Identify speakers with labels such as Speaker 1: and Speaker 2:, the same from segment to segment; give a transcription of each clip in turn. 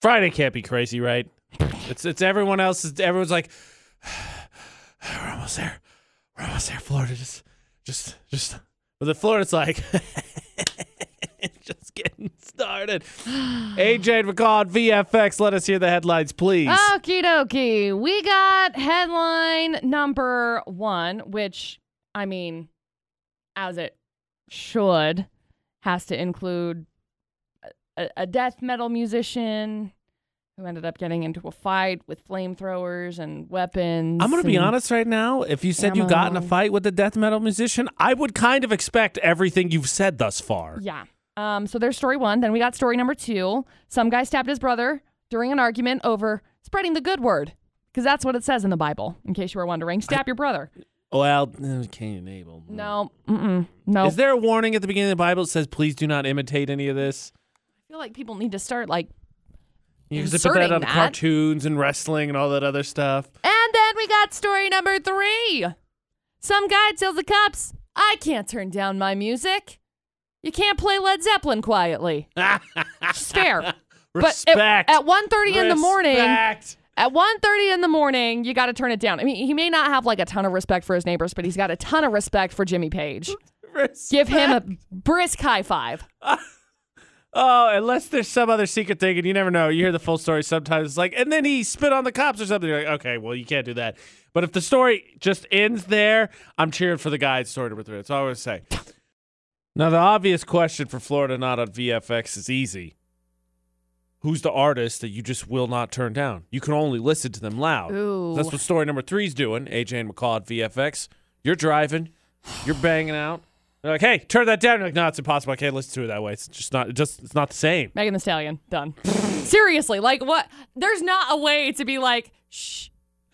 Speaker 1: Friday can't be crazy, right? It's it's everyone else's. Everyone's like, we're almost there. We're almost there. Florida, just, just, just. But the Florida's like, just getting started. AJ and McCall on VFX. Let us hear the headlines, please.
Speaker 2: Okie dokie. We got headline number one, which, I mean, as it should, has to include a, a death metal musician who ended up getting into a fight with flamethrowers and weapons.
Speaker 1: I'm gonna be
Speaker 2: and-
Speaker 1: honest right now. If you said you got in a
Speaker 2: ammo.
Speaker 1: fight with a death metal musician, I would kind of expect everything you've said thus far.
Speaker 2: Yeah. Um, so there's story one. Then we got story number two. Some guy stabbed his brother during an argument over spreading the good word. Because that's what it says in the Bible, in case you were wondering. Stab your brother.
Speaker 1: Well, eh, Cain and Abel.
Speaker 2: No, mm-mm, no.
Speaker 1: Is there a warning at the beginning of the Bible that says please do not imitate any of this?
Speaker 2: I feel like people need to start like.
Speaker 1: Because they put that
Speaker 2: Inserting
Speaker 1: on
Speaker 2: that.
Speaker 1: cartoons and wrestling and all that other stuff.
Speaker 2: And then we got story number three. Some guy tells the cops, "I can't turn down my music. You can't play Led Zeppelin quietly." It's fair. But at,
Speaker 1: Respect.
Speaker 2: at 1.30 in the morning,
Speaker 1: Respect.
Speaker 2: At 1.30 in the morning, you got to turn it down. I mean, he may not have like a ton of respect for his neighbors, but he's got a ton of respect for Jimmy Page.
Speaker 1: Res-
Speaker 2: Give him a brisk high five.
Speaker 1: Oh, unless there's some other secret thing, and you never know. You hear the full story sometimes. It's like, and then he spit on the cops or something. You're like, okay, well, you can't do that. But if the story just ends there, I'm cheering for the guy at story number three. That's all I always say. Now, the obvious question for Florida Not on VFX is easy. Who's the artist that you just will not turn down? You can only listen to them loud.
Speaker 2: Ooh.
Speaker 1: That's what story number three's doing. AJ and McCall at VFX. You're driving, you're banging out. They're like, hey, turn that down. You're like, no, it's impossible. I can't listen to it that way. It's just not. It just it's not the same.
Speaker 2: Megan the Stallion, done. Seriously, like what? There's not a way to be like, shh,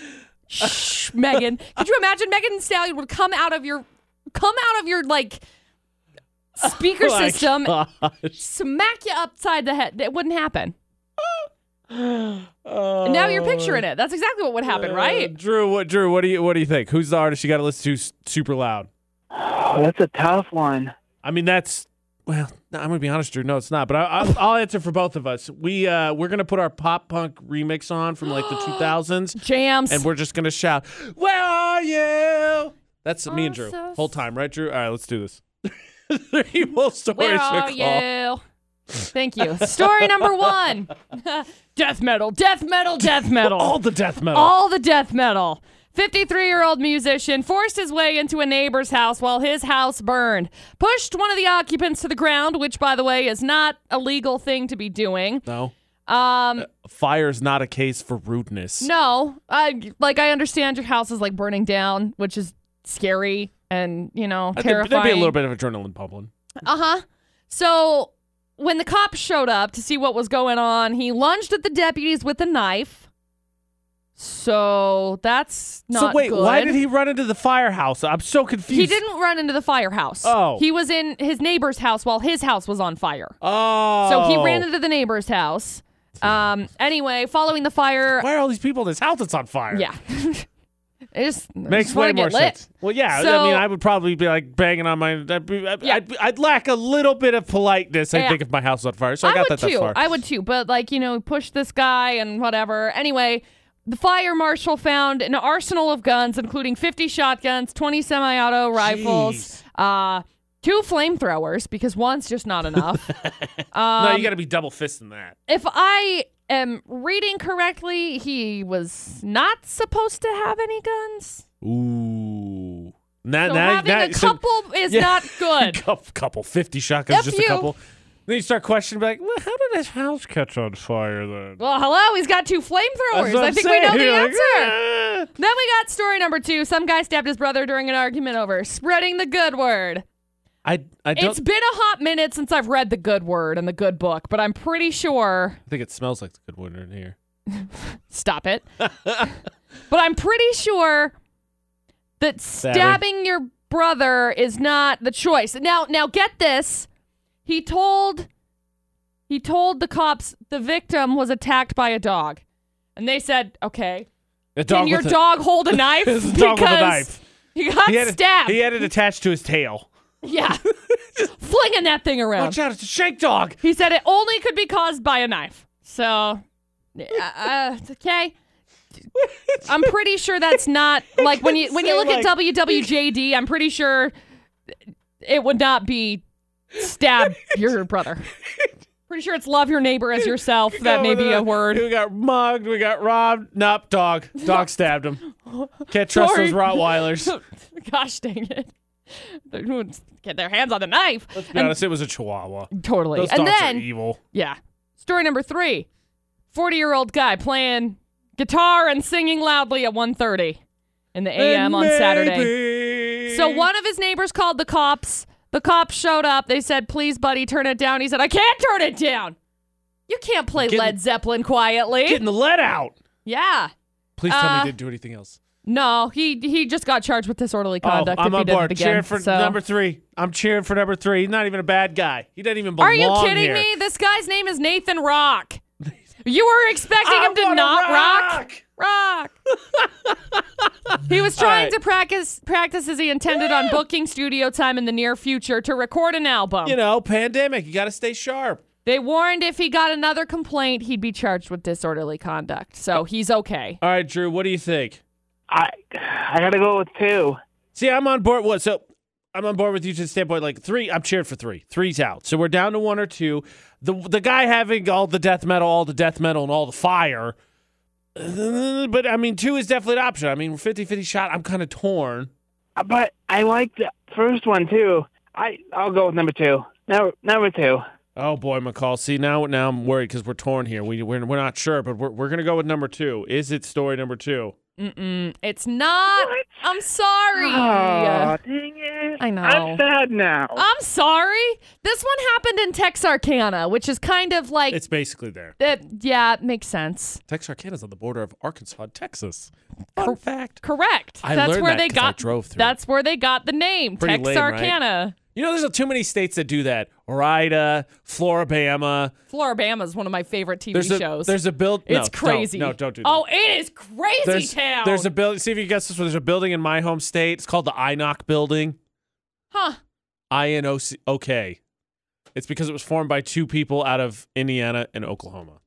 Speaker 2: shh, Megan. Could you imagine Megan the Stallion would come out of your, come out of your like speaker
Speaker 1: Oh My
Speaker 2: system,
Speaker 1: gosh.
Speaker 2: smack you upside the head? It wouldn't happen.
Speaker 1: Oh,
Speaker 2: And now you're picturing it. That's exactly what would happen,
Speaker 1: uh,
Speaker 2: right?
Speaker 1: Drew, what Drew? What do you what do you think? Who's the artist you got to listen to s- super loud?
Speaker 3: Oh, that's a tough one.
Speaker 1: I mean, that's well. no, I'm gonna be honest, Drew. No, it's not. But I, I, I'll answer for both of us. We uh, we're gonna put our pop punk remix on from like the 2000s.
Speaker 2: Jams.
Speaker 1: and we're just gonna shout, "Where are you?" That's me and Drew
Speaker 2: Also-
Speaker 1: whole time, right, Drew? All right, let's do this. Three whole stories.
Speaker 2: Where are
Speaker 1: Nicole.
Speaker 2: you? Thank you. Story number one Death metal, death metal, death metal.
Speaker 1: All the death metal.
Speaker 2: All the death metal. 53 year old musician forced his way into a neighbor's house while his house burned. Pushed one of the occupants to the ground, which, by the way, is not a legal thing to be doing.
Speaker 1: no,
Speaker 2: Um,
Speaker 1: fire's not a case for rudeness.
Speaker 2: no, I, like, I understand your house is like burning down, which is scary and, you know,
Speaker 1: I think
Speaker 2: terrifying.
Speaker 1: There'd be a little bit of adrenaline pumping.
Speaker 2: Uh huh. So when the cops showed up to see what was going on, he lunged at the deputies with a knife. So that's not
Speaker 1: so wait,
Speaker 2: good.
Speaker 1: why did he run into the firehouse? I'm so confused.
Speaker 2: He didn't run into the firehouse.
Speaker 1: Oh.
Speaker 2: He was in his neighbor's house while his house was on fire.
Speaker 1: Oh,
Speaker 2: So he ran into the neighbor's house. Um. Anyway, following the fire.
Speaker 1: Why are all these people in this house that's on fire?
Speaker 2: Yeah. I just I
Speaker 1: Makes
Speaker 2: just wanna
Speaker 1: way more
Speaker 2: get lit.
Speaker 1: sense. Well, yeah. I
Speaker 2: So-
Speaker 1: mean, I would probably be like banging on my. I'd, be, I'd,
Speaker 2: Yeah.
Speaker 1: I'd, I'd lack a little bit of politeness, I
Speaker 2: Yeah.
Speaker 1: think, if my house was on fire. So I, got
Speaker 2: would
Speaker 1: that
Speaker 2: too.
Speaker 1: thus far.
Speaker 2: I would too. But like, you know, push this guy and whatever. Anyway, the fire marshal found an arsenal of guns, including 50 shotguns, 20 semi-auto rifles, uh, two flamethrowers because one's just not enough. Um,
Speaker 1: no, you got to be double fisting that.
Speaker 2: if I am reading correctly, he was not supposed to have any guns.
Speaker 1: Ooh. Now,
Speaker 2: So
Speaker 1: now,
Speaker 2: having
Speaker 1: now,
Speaker 2: a couple is
Speaker 1: Yeah.
Speaker 2: not good.
Speaker 1: couple, couple, fifty shotguns,
Speaker 2: If
Speaker 1: just a
Speaker 2: you-
Speaker 1: couple. Then you start questioning, like, well, how did his house catch on fire then?
Speaker 2: Well, hello, he's got two
Speaker 1: That's
Speaker 2: flamethrowers.
Speaker 1: what
Speaker 2: I
Speaker 1: I'm
Speaker 2: think
Speaker 1: saying.
Speaker 2: we know the
Speaker 1: You're like,
Speaker 2: answer.
Speaker 1: "Ah."
Speaker 2: Then we got story number two. Some guy stabbed his brother during an argument over spreading the good word.
Speaker 1: I, I don't
Speaker 2: It's been a hot minute since I've read the good word and the good book, but I'm pretty sure.
Speaker 1: think it smells like the good winter in here.
Speaker 2: Stop it. but I'm pretty sure that stabbing your brother is not the choice. Now, now get this. He told he told the cops the victim was attacked by a dog, and they said, "Okay,
Speaker 1: A dog
Speaker 2: can your
Speaker 1: with a-
Speaker 2: dog hold a knife?
Speaker 1: It's a dog with a
Speaker 2: Because
Speaker 1: knife.
Speaker 2: He got
Speaker 1: He had, it,
Speaker 2: stabbed.
Speaker 1: he had it attached to his tail.
Speaker 2: Yeah. Flinging that thing around.
Speaker 1: Watch out, it's a shake dog.
Speaker 2: He said it only could be caused by a knife. So uh, it's okay. I'm pretty sure that's not like when you when you
Speaker 1: Say,
Speaker 2: look at
Speaker 1: like-
Speaker 2: WWJD. I'm pretty sure it would not be stab your brother. Pretty sure it's love your neighbor as yourself. That may be a word.
Speaker 1: We got mugged. We got robbed. Nope, dog. Dog stabbed him. Can't trust
Speaker 2: Sorry.
Speaker 1: those Rottweilers.
Speaker 2: Gosh dang it! They're gonna Get their hands on the knife.
Speaker 1: Let's be honest, it was a chihuahua.
Speaker 2: Totally.
Speaker 1: Those
Speaker 2: And
Speaker 1: dogs
Speaker 2: then
Speaker 1: are evil.
Speaker 2: Yeah. Story number three. 40-year-old guy playing guitar and singing loudly at 1.30 in the a.m.
Speaker 1: And
Speaker 2: on Saturday.
Speaker 1: maybe-
Speaker 2: So one of his neighbors called the cops. The cops showed up. They said, please, buddy, turn it down. He said, I can't turn it down. You can't play
Speaker 1: Getting-
Speaker 2: Led Zeppelin quietly.
Speaker 1: Getting the lead out.
Speaker 2: yeah.
Speaker 1: Please tell me
Speaker 2: Uh,
Speaker 1: he didn't do anything else.
Speaker 2: No, he he just got charged with disorderly conduct
Speaker 1: oh, I'm
Speaker 2: if he
Speaker 1: on
Speaker 2: did
Speaker 1: board.
Speaker 2: it again.
Speaker 1: Cheering for
Speaker 2: so-
Speaker 1: number three. I'm cheering for number three. He's not even a bad guy. He doesn't even belong
Speaker 2: Are you kidding
Speaker 1: here.
Speaker 2: me? This guy's name is Nathan Rock. You were expecting
Speaker 1: I
Speaker 2: him to
Speaker 1: wanna
Speaker 2: not rock?
Speaker 1: rock.
Speaker 2: rock. he was trying
Speaker 1: right.
Speaker 2: to practice practice as he intended on booking studio time in the near future to record an album.
Speaker 1: You know, pandemic. You got to stay sharp.
Speaker 2: they warned if he got another complaint, he'd be charged with disorderly conduct. So he's okay.
Speaker 1: All right, Drew. What do you think?
Speaker 3: I I gotta go with two.
Speaker 1: See, I'm on board. What? So I'm on board with you to the standpoint like three. I'm cheered for three. Three's out. So we're down to one or two. The the guy having all the death metal, all the death metal, and all the fire. Uh, But I mean, two is definitely an option. I mean, 50 50 shot. I'm kind of torn.
Speaker 3: Uh, But I like the first one too. I I'll go with number two. Now number two.
Speaker 1: Oh boy, McCall. See now, now I'm worried because we're torn here. We we're, we're not sure, but we're, we're gonna go with number two. Is it story number two?
Speaker 2: Mm-mm. It's not.
Speaker 3: What?
Speaker 2: I'm sorry.
Speaker 3: Oh, dang it!
Speaker 2: Uh, I know.
Speaker 3: I'm sad now.
Speaker 2: I'm sorry. This one happened in Texarkana, which is kind of like
Speaker 1: It's basically there.
Speaker 2: that. Yeah, it makes sense.
Speaker 1: Texarkana's on the border of Arkansas, and Texas. Fun fact.
Speaker 2: Correct.
Speaker 1: I
Speaker 2: that's
Speaker 1: learned
Speaker 2: where
Speaker 1: that
Speaker 2: they
Speaker 1: 'cause I
Speaker 2: got.
Speaker 1: drove through.
Speaker 2: That's where they got the name
Speaker 1: Pretty lame, right?
Speaker 2: Texarkana.
Speaker 1: You know, there's too many states that do that. Orida, Floribama.
Speaker 2: Floribama is one of my favorite TV
Speaker 1: There's a
Speaker 2: shows.
Speaker 1: there's a build. no,
Speaker 2: it's
Speaker 1: don't.
Speaker 2: crazy.
Speaker 1: No, don't do that.
Speaker 2: Oh, it is crazy
Speaker 1: there's,
Speaker 2: town.
Speaker 1: There's a building. See if you can guess this one. There's a building in my home state. It's called the Inoc Building.
Speaker 2: huh.
Speaker 1: I N O C. Okay. It's because it was formed by two people out of Indiana and Oklahoma.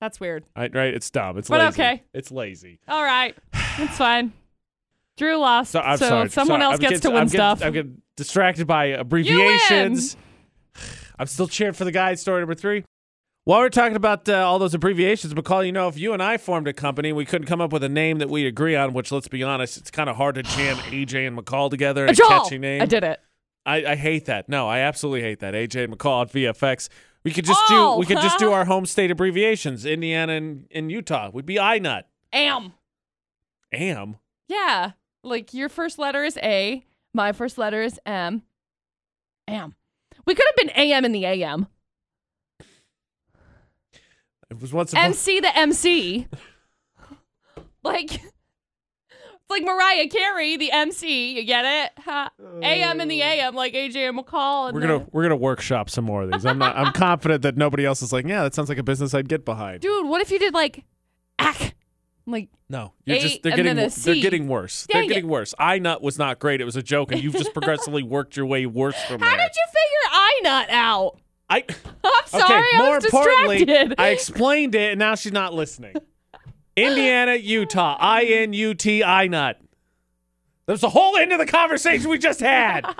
Speaker 2: That's weird.
Speaker 1: Right, right. It's dumb. It's
Speaker 2: But
Speaker 1: lazy.
Speaker 2: okay.
Speaker 1: It's lazy.
Speaker 2: All right, it's fine. Drew lost,
Speaker 1: So I'm sorry.
Speaker 2: so someone
Speaker 1: Sorry.
Speaker 2: else
Speaker 1: I'm
Speaker 2: gets
Speaker 1: getting-
Speaker 2: to win
Speaker 1: I'm
Speaker 2: stuff.
Speaker 1: Getting, I'm getting distracted by abbreviations. I'm still cheering for the guy. at Story number three. While we're talking about uh, all those abbreviations, McCall, you know, if you and I formed a company, and we couldn't come up with a name that we agree on. Which, let's be honest, it's kind of hard to jam AJ and McCall together in a
Speaker 2: Joel!
Speaker 1: catchy name.
Speaker 2: I did it.
Speaker 1: I, I hate that. No, I absolutely hate that. AJ and McCall at VFX. We could just
Speaker 2: Oh,
Speaker 1: do. We could just do
Speaker 2: huh?
Speaker 1: our home state abbreviations: Indiana and, and Utah. We'd be INUT.
Speaker 2: Am.
Speaker 1: Am.
Speaker 2: Yeah. Like your first letter is A. My first letter is M. Am. We could have been AM in the AM.
Speaker 1: It was once. upon-
Speaker 2: MC the MC. like, it's like Mariah Carey, the MC. You get it? Ha. AM in the AM, like AJ and McCall.
Speaker 1: Uh.
Speaker 2: And
Speaker 1: We're gonna
Speaker 2: the-
Speaker 1: we're gonna workshop some more of these. I'm not. I'm confident that nobody else is like, yeah, that sounds like a business I'd get behind.
Speaker 2: Dude, what if you did like, ack? Like,
Speaker 1: No, you're
Speaker 2: A
Speaker 1: just they're
Speaker 2: and
Speaker 1: getting
Speaker 2: then a
Speaker 1: wo- they're
Speaker 2: C.
Speaker 1: getting worse.
Speaker 2: Dang
Speaker 1: they're getting worse. I nut was not great. It was a joke, and you've just progressively worked your way worse from
Speaker 2: how
Speaker 1: there.
Speaker 2: did you figure I not out?
Speaker 1: I
Speaker 2: I'm sorry,
Speaker 1: okay.
Speaker 2: I
Speaker 1: More
Speaker 2: was
Speaker 1: importantly,
Speaker 2: distracted.
Speaker 1: I explained it, and now she's not listening. Indiana, Utah, I N U T I nut. There's the whole end of the conversation we just had.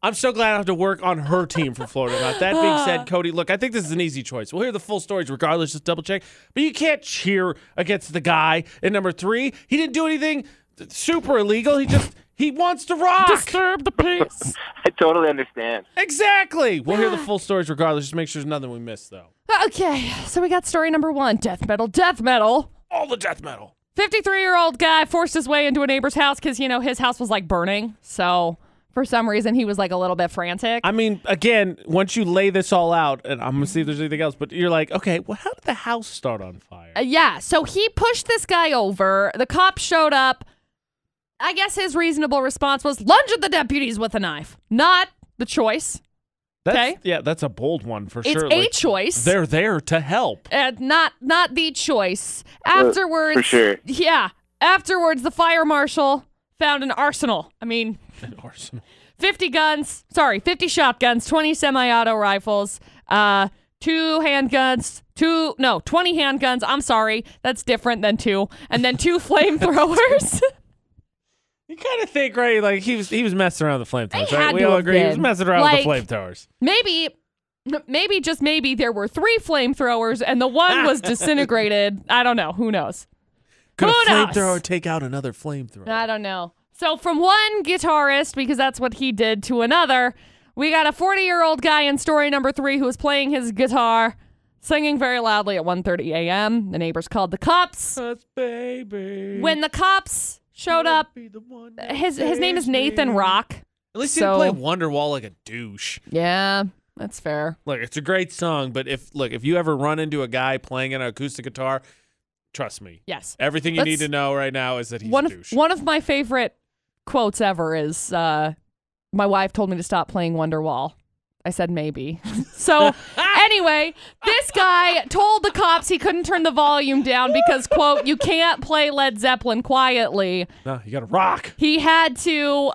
Speaker 1: I'm so glad I have to work on her team for Florida. About that being said, Cody, look, I think this is an easy choice. We'll hear the full stories regardless. Just double check, but you can't cheer against the guy in number three. He didn't do anything super illegal. He just he wants to rock.
Speaker 2: Disturb the peace.
Speaker 3: I totally understand.
Speaker 1: Exactly. We'll hear the full stories regardless. Just make sure there's nothing we missed though.
Speaker 2: Okay, so we got story number one death metal, death metal.
Speaker 1: All the death metal.
Speaker 2: 53 year old guy forced his way into a neighbor's house because, you know, his house was like burning. So for some reason, he was like a little bit frantic.
Speaker 1: I mean, again, once you lay this all out, and I'm gonna see if
Speaker 2: Mm-hmm.
Speaker 1: there's anything else, but you're like, okay, well, how did the house start on fire?
Speaker 2: Uh, yeah, so he pushed this guy over. The cops showed up. I guess his reasonable response was lunge at the deputies with a knife. Not the choice,
Speaker 1: That's,
Speaker 2: okay.
Speaker 1: Yeah, that's a bold one for
Speaker 2: It's
Speaker 1: sure.
Speaker 2: a choice.
Speaker 1: They're there to help.
Speaker 2: and uh, not not the choice. Afterwards,
Speaker 3: Uh, for sure.
Speaker 2: Yeah, afterwards, the fire marshal found an arsenal. I mean,
Speaker 1: An arsenal.
Speaker 2: 50 guns, sorry, 50 shotguns, 20 semi auto rifles, uh, two handguns, two no, 20 handguns. I'm sorry. That's different than two. And then two flamethrowers.
Speaker 1: You kind of think, right? Like he was he was messing around with the flamethrowers.
Speaker 2: They
Speaker 1: Right?
Speaker 2: had
Speaker 1: We
Speaker 2: to
Speaker 1: all
Speaker 2: have
Speaker 1: agree he was
Speaker 2: been.
Speaker 1: messing around
Speaker 2: Like-
Speaker 1: with the flamethrowers.
Speaker 2: maybe maybe just maybe there were three flamethrowers and the one was disintegrated. I don't know. Who knows?
Speaker 1: Could
Speaker 2: Who
Speaker 1: a
Speaker 2: knows?
Speaker 1: flamethrower take out another flamethrower?
Speaker 2: I don't know. So from one guitarist, because that's what he did, to another, we got a 40-year-old guy in story number three who was playing his guitar, singing very loudly at 1:30 a.m. The neighbors called the cops.
Speaker 1: Us, baby.
Speaker 2: When the cops showed
Speaker 1: Wanna
Speaker 2: up,
Speaker 1: be the one that
Speaker 2: his his name is
Speaker 1: saves
Speaker 2: Nathan
Speaker 1: me.
Speaker 2: Rock.
Speaker 1: At least
Speaker 2: So-
Speaker 1: he didn't play Wonderwall like a douche.
Speaker 2: Yeah, that's fair.
Speaker 1: Look, it's a great song, but if look, if you ever run into a guy playing an acoustic guitar, trust me,
Speaker 2: Yes.
Speaker 1: everything you
Speaker 2: Let's-
Speaker 1: need to know right now is that he's
Speaker 2: one
Speaker 1: a
Speaker 2: of
Speaker 1: douche.
Speaker 2: one of my favorite quotes ever is uh, my wife told me to stop playing Wonderwall. I said maybe. so anyway, this guy told the cops he couldn't turn the volume down because quote you can't play Led Zeppelin quietly.
Speaker 1: no, you got to rock.
Speaker 2: He had to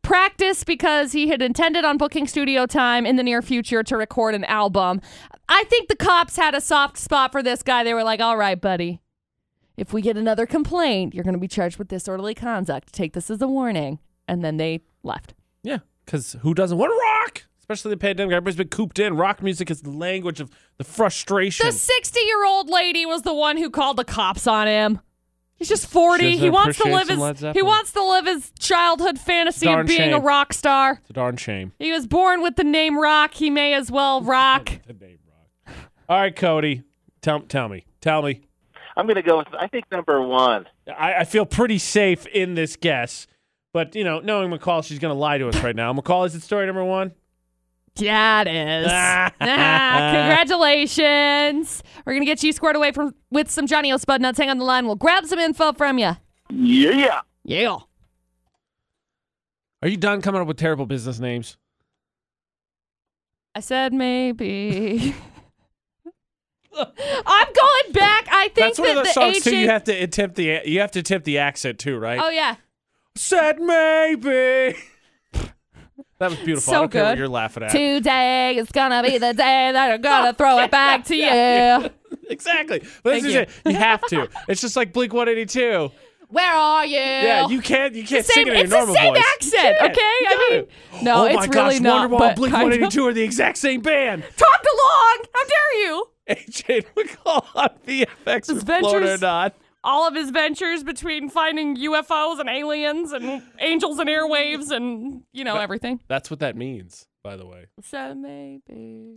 Speaker 2: practice because he had intended on booking studio time in the near future to record an album. I think the cops had a soft spot for this guy. They were like, all right, buddy, if we get another complaint, you're going to be charged with disorderly conduct. Take this as a warning. And then they left.
Speaker 1: Yeah, because who doesn't want to rock? Especially the pandemic. Everybody's been cooped in. Rock music is the language of the frustration.
Speaker 2: The 60 year old lady was the one who called the cops on him. He's just 40.
Speaker 1: She
Speaker 2: He wants to
Speaker 1: appreciates
Speaker 2: live
Speaker 1: some Led
Speaker 2: his he
Speaker 1: Zeppelin.
Speaker 2: wants to live his childhood fantasy
Speaker 1: Darn
Speaker 2: of being a
Speaker 1: shame.
Speaker 2: rock star.
Speaker 1: it's a darn shame.
Speaker 2: He was born with the name Rock. He may as well rock.
Speaker 1: The name rock. All right, Cody, tell tell me, tell me.
Speaker 4: I'm going to go with, I think, number one.
Speaker 1: I, I feel pretty safe in this guess, but you know, knowing McCall, she's going to lie to us right now. McCall, is it story number one?
Speaker 2: Yeah, it is. Ah, congratulations. We're going to get you squared away from with some Johnny O. Spud nuts. Hang on the line. We'll grab some info from you.
Speaker 4: Yeah.
Speaker 2: Yeah.
Speaker 1: Are you done coming up with terrible business names?
Speaker 2: I said maybe. I'm going back. I think
Speaker 1: That's one of
Speaker 2: that
Speaker 1: those
Speaker 2: the
Speaker 1: songs too. You
Speaker 2: ancient-
Speaker 1: have to attempt the you have to attempt the accent too, right?
Speaker 2: Oh, yeah.
Speaker 1: Said maybe. that was beautiful. I
Speaker 2: So
Speaker 1: don't care what
Speaker 2: good.
Speaker 1: you're laughing at.
Speaker 2: Today is going to be the day that I'm
Speaker 1: Oh,
Speaker 2: going to throw it back to you.
Speaker 1: Exactly. But this
Speaker 2: Thank
Speaker 1: is
Speaker 2: you.
Speaker 1: it. You have to. It's just like Blink 182.
Speaker 2: Where are you?
Speaker 1: Yeah, you can't. You can't sing
Speaker 2: same,
Speaker 1: it in
Speaker 2: it's
Speaker 1: your normal
Speaker 2: the same
Speaker 1: voice.
Speaker 2: accent,
Speaker 1: Yeah,
Speaker 2: okay?
Speaker 1: you
Speaker 2: I
Speaker 1: got
Speaker 2: mean,
Speaker 1: it.
Speaker 2: no,
Speaker 1: oh my
Speaker 2: it's really
Speaker 1: gosh,
Speaker 2: not.
Speaker 1: Wonderwall,
Speaker 2: but
Speaker 1: Blink
Speaker 2: kind of.
Speaker 1: 182 are the exact same band.
Speaker 2: Talk along. How dare you?
Speaker 1: AJ McCall on VFX with Float or
Speaker 2: Adventures-
Speaker 1: Not.
Speaker 2: all of his ventures between finding UFOs and aliens and angels and airwaves and you know everything.
Speaker 1: That's what that means, by the way.
Speaker 2: So maybe.